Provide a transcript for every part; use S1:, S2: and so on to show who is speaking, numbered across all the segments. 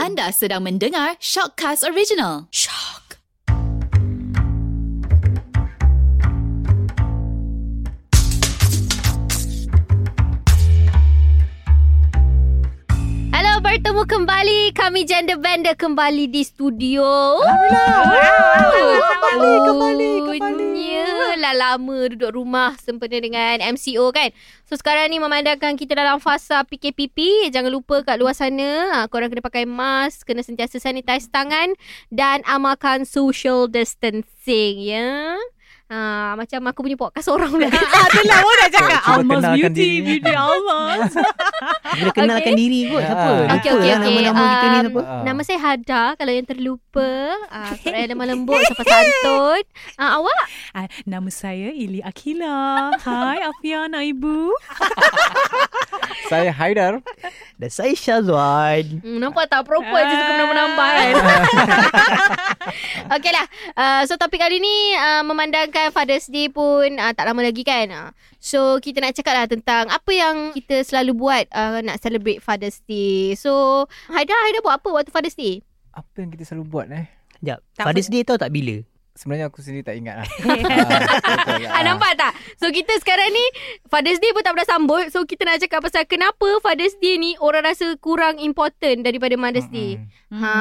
S1: Anda sedang mendengar Shockcast Original.
S2: Hello, bertemu kembali. Kami Gender Bender kembali di studio.
S3: Kembali, kembali, kembali.
S2: Yalah, lama duduk rumah sempena dengan MCO kan. So, sekarang ni memandangkan kita dalam fasa PKPP. Jangan lupa kat luar sana, ah, korang kena pakai mask, kena sentiasa sanitize tangan dan amalkan social distancing, ya. Ha, macam aku punya podcast orang pula.
S3: Ah, itulah orang nak cakap.
S4: Cuba
S3: Almas
S4: kenalkan
S3: Beauty,
S4: diri.
S3: Beauty Almas.
S5: Dia
S2: Okay.
S5: kenalkan okay. diri kot Siapa
S4: Ah.
S5: Lupa
S2: Okey, okey,
S5: lah
S2: okey.
S5: Nama-nama kita ni
S2: Um,
S5: siapa
S4: Ah.
S2: Nama saya Hada Kalau yang terlupa uh, Korang lemah lembut Sopan santun uh, Awak
S3: Ah, nama saya Ili Akila. Hai Afiana Ibu.
S4: Saya Haidar
S5: Dan saya Syazwan
S2: hmm, Nampak tak proper je Suka menambah-menambah kan Okey lah uh, So topik kali ni uh, Memandangkan Father's Day pun uh, Tak lama lagi kan uh, So kita nak cakap lah Tentang apa yang Kita selalu buat uh, Nak celebrate Father's Day So Haida Haida buat apa Waktu Father's Day
S4: Apa yang kita selalu buat eh
S5: Sekejap
S3: Tak
S5: Father's Day tahu tak bila
S4: Sebenarnya aku sendiri tak ingat lah
S2: Ah, nampak tak? So kita sekarang ni Father's Day pun tak pernah sambut. So kita nak cakap pasal kenapa Father's Day ni orang rasa kurang important daripada Mother's Day. Ha.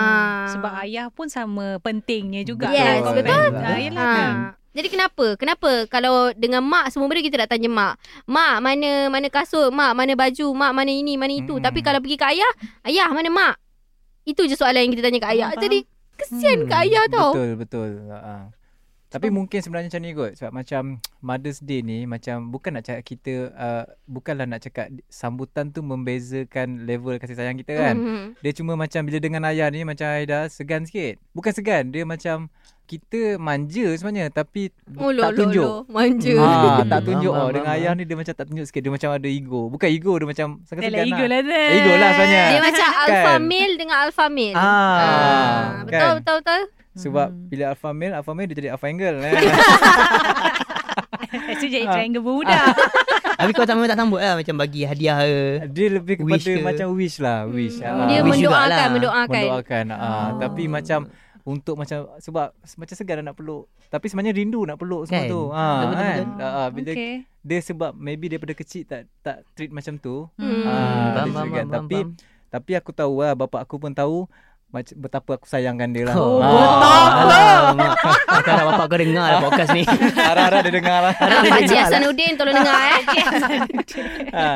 S3: Sebab ayah pun sama pentingnya juga.
S2: Yes,
S3: Kalau
S2: betul.
S3: parent, Ah, yelah kan.
S2: Ha. Jadi kenapa? Kenapa kalau dengan mak semua benda kita nak tanya mak. Mak mana mana kasut, mak mana baju, mak mana ini, mana itu.
S4: Mm-mm.
S2: Tapi kalau pergi ke ayah, ayah mana mak? Itu je soalan yang kita tanya ke ayah.
S3: Faham,
S2: Jadi kesian
S4: Hmm,
S2: ke ayah tau.
S4: Betul betul uh, Tapi mungkin sebenarnya macam ni kot Sebab macam Mother's Day ni Macam bukan nak cakap kita uh, Bukanlah nak cakap Sambutan tu membezakan level kasih sayang kita kan
S2: Mhm.
S4: Dia cuma macam bila dengan ayah ni macam Aida segan sikit. Bukan segan, dia macam kita manja sebenarnya tapi
S2: Oh, lo,
S4: tak
S2: lo,
S4: tunjuk.
S2: lo. Manja.
S4: Ha, tak
S5: Hmm.
S4: tunjuk oh,
S5: Faham, faham,
S4: dengan
S5: faham.
S4: ayah ni dia macam tak tunjuk sikit. Dia macam ada ego. Bukan ego, dia macam
S3: Dah
S4: sangat
S3: lah ego lah tu.
S4: Ego lah sebenarnya.
S2: Dia macam
S4: Kan?
S2: alpha male dengan alpha male.
S4: Ah,
S2: Ah, betul,
S4: kan?
S2: betul, betul.
S4: Sebab bila alpha male, alpha male dia jadi alpha angle. Eh.
S3: Itu jadi
S4: Ah.
S3: triangle berbudak.
S5: Habis kau tak memang tak sambut lah Macam bagi hadiah ke
S4: dia lebih kepada
S5: Wish ke?
S4: macam wish lah, wish. lah.
S2: Hmm. Dia
S5: wish
S2: mendoakan,
S5: jugalah.
S2: mendoakan.
S4: mendoakan. Ah,
S3: Oh.
S4: tapi macam untuk macam sebab macam segan nak peluk. Tapi sebenarnya rindu nak peluk semua
S5: Kan?
S4: tu. Ha,
S5: Betul, betul,
S4: kan?
S3: betul.
S4: Ah, ah, bila
S3: Okey.
S4: dia sebab maybe daripada kecil tak tak treat macam tu.
S2: Hmm.
S4: Ah,
S5: Faham,
S4: dia
S5: faham,
S4: segan.
S5: faham,
S4: Tapi
S5: faham.
S4: tapi aku tahu lah bapa aku pun tahu mac- betapa aku sayangkan dia lah.
S5: Oh,
S4: Ah.
S5: Alamak. Harap bapak kau dengar lah podcast ni
S4: Harap-harap dia dengar lah.
S2: Ah, Pakcik Hasanuddin tolong dengar eh.
S4: ha.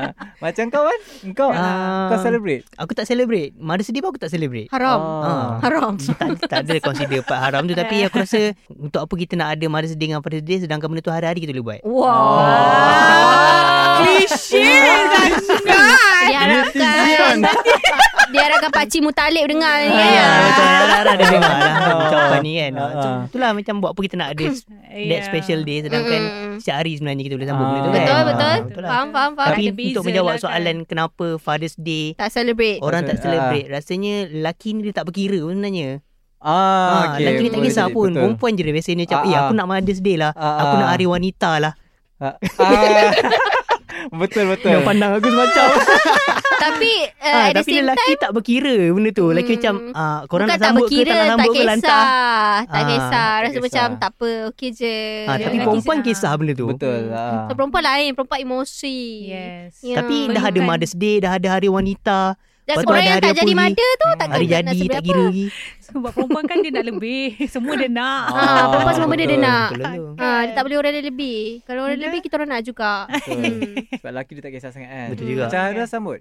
S4: Macam kau kan? Kau
S5: Ah.
S4: kau celebrate.
S5: Aku tak celebrate Mother's Day pun aku tak celebrate
S2: Haram.
S4: Ah.
S2: Haram.
S5: tak, tak ada consider part haram tu Tapi aku rasa Untuk apa kita nak ada Mother's Day dengan Father's Day Sedangkan benda tu hari-hari kita boleh buat
S4: Oh.
S2: Wow.
S3: Ah. Cliche
S2: Diharapkan diharapkan pakcik Mutalib dengar ni.
S5: Ya,
S2: eh.
S5: macam harap-harap dia dengar lah Ucapan ni kan
S4: Ah,
S5: Macam Itulah macam buat apa kita nak ada That special day Sedangkan
S2: Mm-mm.
S5: Setiap hari sebenarnya kita boleh sambung
S4: Ah.
S5: benda tu kan
S2: Betul,
S5: Ah,
S2: betul.
S5: lah.
S2: Faham, faham, faham.
S5: Tapi
S3: Ada
S5: untuk
S3: beza
S5: menjawab
S3: lah kan.
S5: soalan Kenapa Father's Day
S2: Tak celebrate.
S5: Orang
S4: Betul.
S5: tak celebrate Rasanya lelaki ni dia tak berkira pun sebenarnya
S4: Ah,
S5: ha, Lelaki ni tak
S4: boleh
S5: kisah
S4: jadi,
S5: pun
S4: betul.
S5: Perempuan je dia biasanya Macam
S4: Ah,
S5: eh
S4: ah.
S5: aku nak Mother's Day lah
S4: Ah,
S5: Aku
S4: ah.
S5: nak hari wanita lah
S4: Ah. Ah. betul betul.
S5: Yang pandang aku semacam
S2: Tapi uh,
S5: ha,
S2: at the
S5: Tapi
S2: same
S5: lelaki tak berkira benda tu Lelaki
S2: Hmm.
S5: macam ah, Korang
S2: Bukan
S5: nak sambut
S2: tak berkira,
S5: ke tak nak sambut
S2: tak
S5: ke lantar
S2: kisah. Tak
S5: Ah,
S2: kisah.
S4: tak
S2: Rasa
S4: kisah.
S2: macam tak apa, okey je.
S5: ha, Tapi
S3: Lelaki
S5: perempuan
S3: senang.
S5: kisah benda tu
S4: Betul. Ah.
S2: So, perempuan lain, perempuan emosi.
S3: Yes.
S2: Ya.
S5: Tapi dah ada
S3: Perlukan.
S5: Mother's Day Dah ada hari wanita
S2: Dan
S5: Lepas tu
S2: orang
S5: ada
S2: yang
S5: hari
S2: tak jadi
S5: apa lagi?
S2: mother tu takkan
S5: Hari
S2: nak
S5: jadi
S2: celebrate
S5: tak
S2: apa.
S5: kira lagi
S3: Sebab perempuan kan dia nak lebih. Semua dia nak.
S2: Ah, perempuan semua benda dia
S4: betul.
S2: nak.
S5: Oh, Betul lah. tu.
S2: Ha, dia tak boleh orang lain lebih. Kalau orang lain
S3: Ya.
S2: lebih, kita orang nak juga.
S4: Betul.
S2: Hmm.
S4: Sebab lelaki dia tak kisah sangat kan.
S5: Betul juga.
S4: Macam Hara sambut?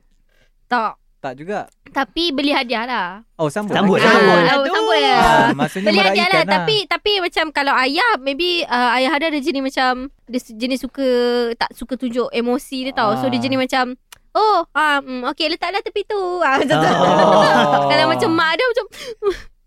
S2: Tak.
S4: Tak juga.
S2: Tapi beli hadiah lah.
S4: Oh sambut.
S5: Sambut,
S2: Ah,
S5: sambut.
S2: sambut. Sambut ya.
S4: Ah, maksudnya
S2: Beli hadiah lah.
S4: meraihkan lah.
S2: Tapi tapi macam kalau ayah, maybe uh, ayah ada ada jenis macam, dia se- jenis suka, tak suka tunjuk emosi dia tau. So, dia
S4: Ah.
S2: jenis macam, oh, um, okay letaklah tepi tu. Ah, macam tu.
S4: Oh.
S2: Kalau macam mak dia macam,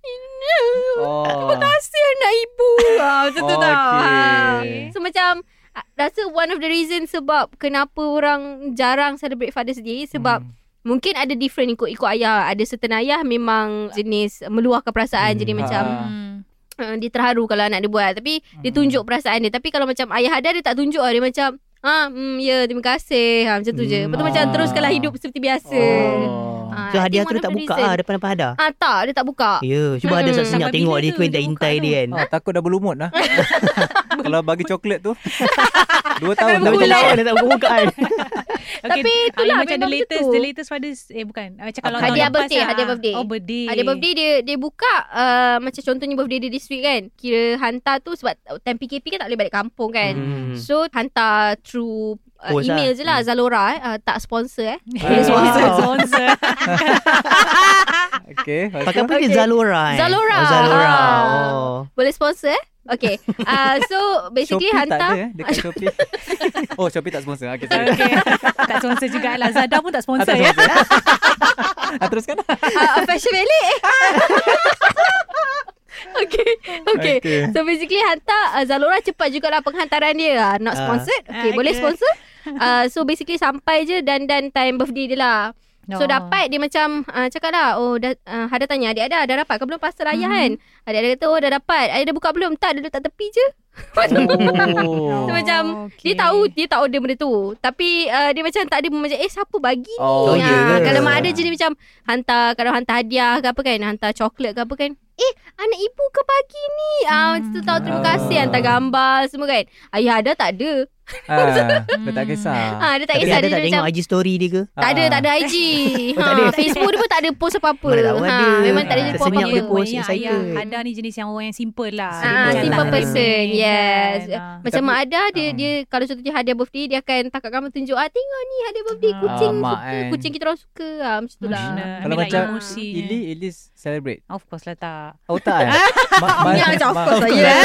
S2: ini
S4: Oh.
S2: kasihan nak ibu. Ah, macam tu tau.
S4: Okey.
S2: Ah. So, macam, ah, rasa one of the reason sebab kenapa orang jarang celebrate Father's Day sebab
S4: Hmm.
S2: Mungkin ada different ikut-ikut ayah. Ada certain ayah memang jenis meluahkan perasaan.
S5: Hmm.
S2: Jadi
S4: Ha.
S2: macam
S4: Ah.
S2: uh, dia terharu kalau anak dia buat. Tapi hmm. dia
S4: Hmm.
S2: tunjuk perasaan dia. Tapi kalau macam ayah ada dia tak tunjuk lah. Dia macam ah mm, ya terima kasih. Ha, macam tu je. Lepas tu
S4: Hmm.
S2: macam
S4: Ah.
S2: teruskanlah hidup seperti biasa.
S4: Oh.
S2: Ha, I
S5: So
S2: think
S5: hadiah tu
S2: one
S5: dia
S2: of
S5: tak
S2: the
S5: buka
S2: reason.
S5: ah depan apa hadiah.
S2: Ah tak, dia tak buka.
S5: Ya, yeah, cuba
S2: Hmm.
S5: ada sat senyap
S3: Sampai
S5: tengok
S3: bila
S5: dia
S3: tu
S5: kau intai
S3: dia buka
S5: intai
S3: tu?
S5: dia kan.
S4: Ah, takut dah berlumut lah. Kalau bagi coklat tu. Dua tahun.
S5: Dah
S4: dah
S5: macam
S4: berlumut.
S5: lawan dah tak buka kan? bukaan.
S2: Tapi itulah,
S3: ah, macam the
S2: memang macam
S3: latest
S2: tu.
S3: the latest fathers eh bukan Ah, macam kalau
S5: Hadiah
S3: tahun lepas
S2: birthday,
S3: lah.
S2: hadiah birthday.
S3: oh birthday
S2: Ada birthday Ah, dia dia buka uh, macam contohnya birthday dia this week kan. Kira hantar tu sebab time PKP kan tak boleh balik kampung kan.
S5: Hmm.
S2: So hantar through uh,
S5: Post
S2: email
S5: lah.
S2: je lah Zalora eh. Uh, tak sponsor eh.
S5: Dia sponsor.
S3: sponsor
S4: Okay.
S5: Pakai apa dia
S2: Okay.
S5: Zalora eh?
S2: Zalora.
S5: Oh, Zalora.
S2: Ah.
S5: Oh.
S2: Boleh sponsor eh? Okay. Uh, so basically
S4: Shopee tak
S2: hantar.
S4: ada eh. Dekat Shopee. oh, Shopee tak sponsor. Okay, sorry.
S3: okay. tak sponsor juga lah Zada pun tak
S4: Ah,
S3: sponsor
S4: tak
S3: ya
S4: sponsor. ah, teruskan.
S2: uh, Fashion Valley okay. okay
S4: Okay.
S2: So basically hantar uh, Zalora cepat jugalah penghantaran dia uh, Not
S5: Ah.
S2: sponsored Okay
S3: Ah,
S2: boleh
S3: okay.
S2: sponsor uh, So basically sampai je Dan dan time birthday dia lah So
S3: Oh.
S2: dapat dia macam uh, Cakap lah Oh dah, uh, Hada tanya adik ada Dah dapat ke belum pasal
S3: Hmm.
S2: ayah kan Adik ada kata oh dah dapat Ayah dah buka belum Tak dia letak tepi je
S4: Oh.
S2: So, macam,
S3: okay.
S2: Dia tahu Dia tak order benda tu Tapi uh, dia macam tak ada Macam eh siapa bagi ni
S4: Oh,
S5: ya
S2: Ah,
S5: ke?
S2: Kalau mak ada je dia macam Hantar Kalau hantar hadiah ke apa kan Hantar coklat ke apa kan Eh anak ibu ke pagi ni ah,
S3: Hmm.
S2: Macam tu tahu terima
S4: Ah.
S2: kasih Hantar gambar semua kan Ayah ada tak ada
S4: Ah, dia tak kisah. Ah.
S2: ah, Dia tak
S5: Tapi
S2: kisah dia, dia
S5: ada tak
S2: macam
S5: tengok IG story dia ke?
S2: tak ada, tak ada IG.
S5: Oh, tak
S2: ha,
S5: ada.
S2: Facebook dia pun tak ada post apa-apa. Ha,
S5: Mana tahu ada.
S2: memang tak ada
S4: Ah,
S2: post apa-apa.
S5: tersenyap
S2: Ya,
S5: dia post
S3: Yang
S5: saya.
S3: ayah Hada ni jenis yang orang yang simple lah
S2: Ah,
S5: Simple
S2: simple
S5: lah.
S2: person.
S3: Kan.
S2: Yes.
S3: Ah.
S2: Macam
S4: Tapi-
S2: mak ada dia
S4: Ah.
S2: dia kalau contohnya hadiah birthday dia akan tangkap gambar tunjuk ah tengok ni hadiah birthday
S3: Ah,
S2: kucing
S4: mak
S2: suka,
S5: eh."
S4: kan.
S2: kucing kita orang suka ah macam tu lah.
S3: Emotional.
S4: Kalau
S3: Ambil
S4: macam
S3: lah emosi je.
S4: Ili, Ili celebrate.
S3: Of course lah tak
S4: Oh tak eh? Ma,
S2: Ya, macam of course lah, ya.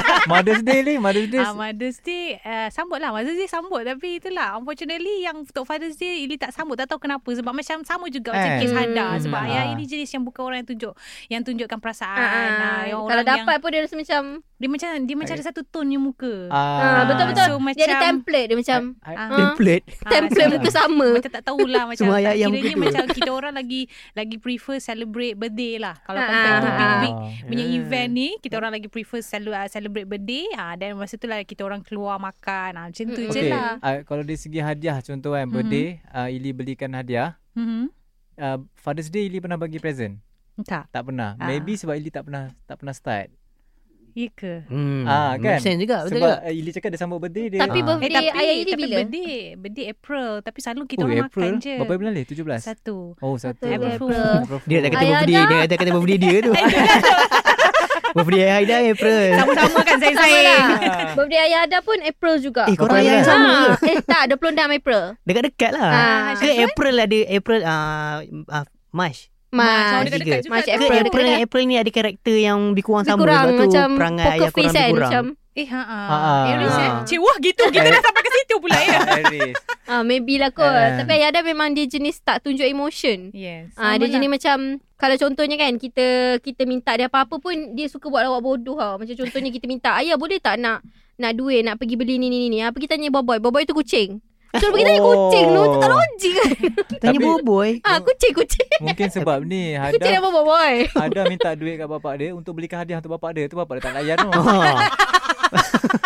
S4: Ah, Mother's Day ni, Mother's Day.
S3: Ah, Mother's Day uh, Sambut lah Mother's Day sambut Tapi itulah Unfortunately Yang untuk Father's Day Ili tak sambut Tak tahu kenapa Sebab macam sama juga Macam
S4: Eh.
S3: kes Hada
S2: Hmm.
S3: Sebab
S4: Ah.
S3: ayah ini jenis Yang bukan orang yang tunjuk Yang tunjukkan perasaan
S2: Ah,
S3: Ah, yang
S2: ah,
S3: orang
S2: kalau
S3: yang-
S2: dapat pun dia rasa macam
S3: Dia macam Dia macam ada satu tone yang muka
S2: ah, betul betul.
S3: So,
S2: dia ada
S3: macam-
S2: template dia macam
S4: I-
S3: Ah,
S5: Template.
S3: ah,
S2: template
S3: so-
S2: muka sama.
S3: macam tak tahulah macam
S5: Semua ayat
S3: tak,
S5: yang
S3: kiranya
S5: begitu.
S3: macam kita orang lagi lagi prefer celebrate birthday lah kalau
S2: Ah,
S3: compare to
S2: ah,
S3: big
S2: ah.
S3: big punya
S5: Ah.
S3: event ni kita orang lagi prefer selu- ah, celebrate birthday ah dan masa tu lah kita orang keluar makan ah macam
S2: Hmm,
S3: tu je
S4: Okay,
S3: lah
S4: uh, kalau dari segi hadiah contoh kan,
S3: Mhm.
S4: birthday, uh, Ili belikan hadiah.
S3: mm-hmm.
S4: Uh, Father's Day Ili pernah bagi present?
S3: tak
S4: Tak pernah.
S3: Ah.
S4: Maybe sebab Ili tak pernah tak pernah start.
S3: ya ke
S5: Hmm.
S4: Ah, kan?
S5: Make sense juga, betul juga.
S4: sebab uh, Ili cakap dia sambut birthday dia.
S2: Tapi
S5: Ah.
S2: birthday ayah ini
S3: Eh, tapi
S2: bila?
S3: birthday birthday April tapi selalu kita
S4: oh,
S3: orang
S4: April.
S3: makan je
S4: Berapa bulan dia? 17.
S3: satu
S4: Oh, satu. Hmm,
S2: Satu
S3: April
S4: April.
S2: Fool.
S4: April
S5: Dia tak kata
S2: Ayah
S5: birthday,
S2: dah.
S5: dia tak kata birthday dia tu. birthday Haida April.
S4: Eh.
S3: sama-sama
S2: Sama
S3: kan
S2: lah.
S3: sayang-sayang
S2: Birthday ayah ada pun April juga.
S5: Eh, korang
S4: Apa
S5: ayah
S4: ayah?
S5: sama ke?
S2: Eh tak 26 April.
S5: Dekat-dekat lah.
S2: Ah,
S5: Ke April ada April ah ah, March.
S2: Mas.
S3: Sama
S5: Tiga.
S3: dekat-dekat juga
S2: Macam
S3: tu.
S5: Ke
S2: April
S5: April dengan April ni ada karakter yang lebih kurang sama.
S2: Kurang
S5: Lepas tu
S2: macam
S5: perangai ayah
S2: poker
S5: korang
S2: face
S5: lebih
S2: kan
S5: kurang.
S2: macam
S3: Eh ha ah.
S4: Ha, ah.
S3: Aries eh.
S5: Ah.
S3: Cik wah gitu kita dah sampai ke situ pula ya.
S4: Aries.
S2: ah maybe lah kot.
S4: Eh.
S2: Tapi ayah ada memang dia jenis tak tunjuk emotion.
S3: Yes.
S2: Ah dia
S3: Sama
S2: jenis macam kalau contohnya kan kita kita minta dia apa-apa pun dia suka buat lawak bodoh tau. Macam contohnya kita minta, "Ayah boleh tak nak nak duit, nak pergi beli ni ni ni ni." Ah pergi tanya boboy. Boboy tu kucing. So pergi tanya
S4: Oh.
S2: kucing tu tu tak logik kan.
S5: Tanya eh.
S4: Tapi-
S5: boboy.
S4: Oh.
S2: Ah kucing kucing.
S4: Mungkin sebab ni
S2: Kucing
S4: Hada
S2: apa boboy?
S4: Hada minta duit kat bapak dia untuk belikan hadiah untuk bapak dia. Tu bapak dia tak layan
S3: Oh,
S4: tu.
S2: Oh.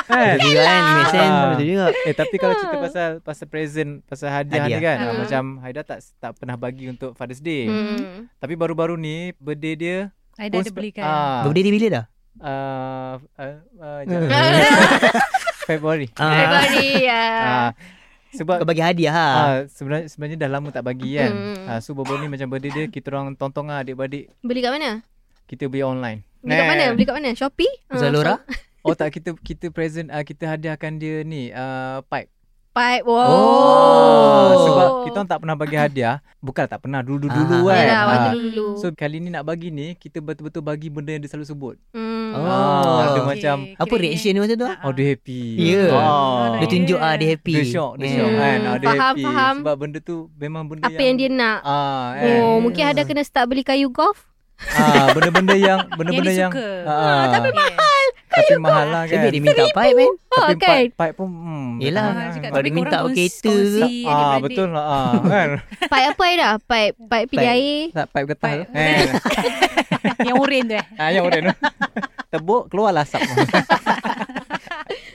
S5: Ah,
S3: eh.
S4: kan?
S5: Betul juga kan Make sense
S4: Ah.
S5: Betul juga
S4: Eh tapi kalau cerita
S3: Ah.
S4: pasal pasal present, pasal hadiah, ni
S5: Hadiah.
S4: kan, ah,
S2: Hmm.
S4: macam Haida tak tak pernah bagi untuk Father's Day.
S2: Hmm.
S4: Tapi baru-baru ni birthday dia
S2: Eh,
S3: Ada ada
S4: pun-
S3: belikan.
S4: Ah,
S5: Birthday dia bila dah?
S4: ah, ah, ah,
S5: Hmm.
S4: jangan. Februari.
S5: Ah,
S2: Februari. ah.
S4: Ah, sebab
S5: Kau bagi hadiah ha.
S4: ah, sebenarnya sebenarnya dah lama tak bagi kan.
S2: Hmm.
S4: Ah, so baru ni macam birthday dia kita orang tontong lah adik-beradik
S2: Beli kat mana?
S4: kita beli online.
S2: Beli kat
S4: Nah.
S2: mana? Beli kat mana? Shopee? Ah,
S5: Zalora?
S4: Oh tak kita kita present ah, kita hadiahkan dia ni ah, pipe.
S2: Shopee. Wow.
S5: Oh.
S4: Ah, sebab kita orang tak pernah bagi hadiah. Bukan tak pernah dulu-dulu
S5: Ah.
S4: kan.
S2: Yelah,
S4: Ah.
S2: ya, waktu dulu.
S4: So kali ni nak bagi ni Kita betul-betul bagi benda yang dia selalu sebut
S2: Hmm.
S5: Oh.
S4: Ah, Dia
S5: Okay.
S4: macam
S5: Apa reaction dia masa tu? ah?
S4: Oh dia happy
S5: Ya.
S2: Oh.
S4: Ah.
S5: Dia tunjuk ah dia happy. Hmm.
S4: Dia syok Dia
S5: Yeah.
S4: syok kan ah, Dia
S2: Faham,
S4: happy
S2: faham.
S4: Sebab benda tu Memang benda
S2: Apa yang dia nak.
S4: ah, kan?
S2: Oh, mungkin ada kena start beli kayu golf.
S4: ah, Benda-benda yang Benda-benda
S3: Yang
S4: yang,
S3: dia suka.
S4: ah, ah.
S3: Tapi mahal.
S4: Tapi mahal lah kan
S5: Tapi dia minta pipe kan?
S2: Ha,
S4: Tapi
S2: kan?
S4: pipe, pipe pun hmm,
S2: Ah,
S5: Yelah.
S4: tak tahu
S5: Kalau dia minta kereta
S4: kan. Ah betul lah ah, kan
S2: Pipe apa dah? Pipe pipe pilih
S5: Pipe.
S2: air.
S4: tak pipe getah tu.
S3: Pipe.
S4: Eh,
S3: Yang oren tu eh.
S4: ah yang oren tu. Tebuk keluar lah asap.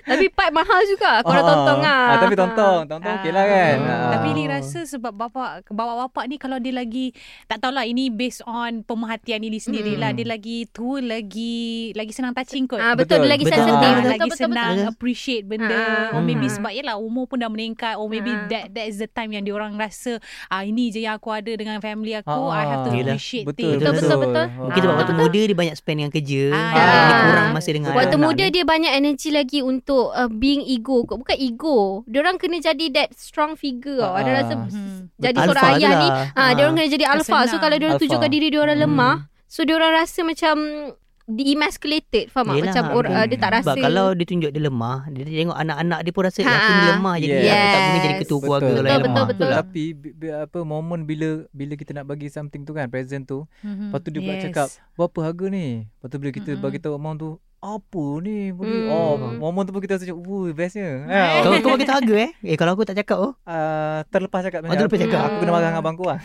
S2: Tapi part mahal juga. Korang
S5: Ah.
S2: tonton lah.
S4: Ah, tapi tonton, tonton okey lah kan.
S5: Ah.
S3: Tapi Lee rasa sebab bapak bawa bapak ni kalau dia lagi tak tahulah ini based on pemerhatian Lee sendiri lah.
S4: Hmm.
S3: Dia lagi tua lagi lagi senang touching kot.
S2: Ah, betul,
S4: Betul.
S2: dia lagi
S5: Betul.
S2: sensitif.
S3: Ah,
S5: Ah,
S2: Betul,
S3: lagi
S2: betul, betul.
S3: senang
S5: betul.
S3: appreciate benda
S2: Ah.
S3: or maybe
S2: Hmm.
S3: sebab yelah umur pun dah meningkat or maybe
S2: Ah.
S3: that that is the time yang diorang rasa ah ini je yang aku ada dengan family aku
S2: Oh,
S3: I have to
S5: Ah. Yelah.
S3: appreciate
S4: lah. Betul,
S3: things
S2: Betul, betul, betul.
S5: Mungkin sebab
S2: Ah.
S5: waktu muda dia banyak spend dengan kerja.
S3: Ah.
S5: Sekarang Dia
S2: Ah.
S5: kurang masa dengan
S2: Waktu
S5: anak-anak
S2: muda
S5: ni.
S2: dia banyak energi lagi untuk uh, being ego kot. Bukan ego. Diorang kena jadi that strong figure. tau. Ada
S4: Ah.
S2: rasa
S3: Mhm.
S2: jadi
S5: Alpha
S2: seorang ayah
S5: tu
S2: ni.
S5: lah.
S2: Ah, diorang kena jadi alpha. So
S3: Senang.
S2: kalau diorang
S4: Alpha.
S2: tunjukkan diri diorang
S4: Hmm.
S2: lemah, so diorang rasa macam de-emasculated. Faham tak?
S5: Yelah,
S2: Macam or, uh, dia tak rasa.
S5: Sebab kalau dia tunjuk dia lemah, dia tengok anak-anak dia pun rasa ha.
S2: Ha.
S5: aku ni lemah jadi
S4: Yes.
S5: aku tak boleh jadi ketua keluarga
S4: betul,
S5: lah yang
S2: Betul,
S5: lemah.
S2: betul, betul.
S4: Tapi bi- bi- apa momen bila bila kita nak bagi something tu kan present tu,
S3: Mhm.
S4: lepas tu dia pula
S3: Yes.
S4: cakap berapa harga ni? Lepas tu bila kita
S3: Mm-mm.
S4: bagi tahu amount tu apa ni? Boleh.
S2: Hmm.
S4: Oh, momen tu pun kita rasa macam, "Wuh, bestnya." Ha.
S5: Kau kau bagi harga eh. Eh kalau aku tak cakap oh.
S4: Uh, terlepas cakap
S5: Oh, terlepas cakap.
S4: Aku kena marah dengan abang aku lah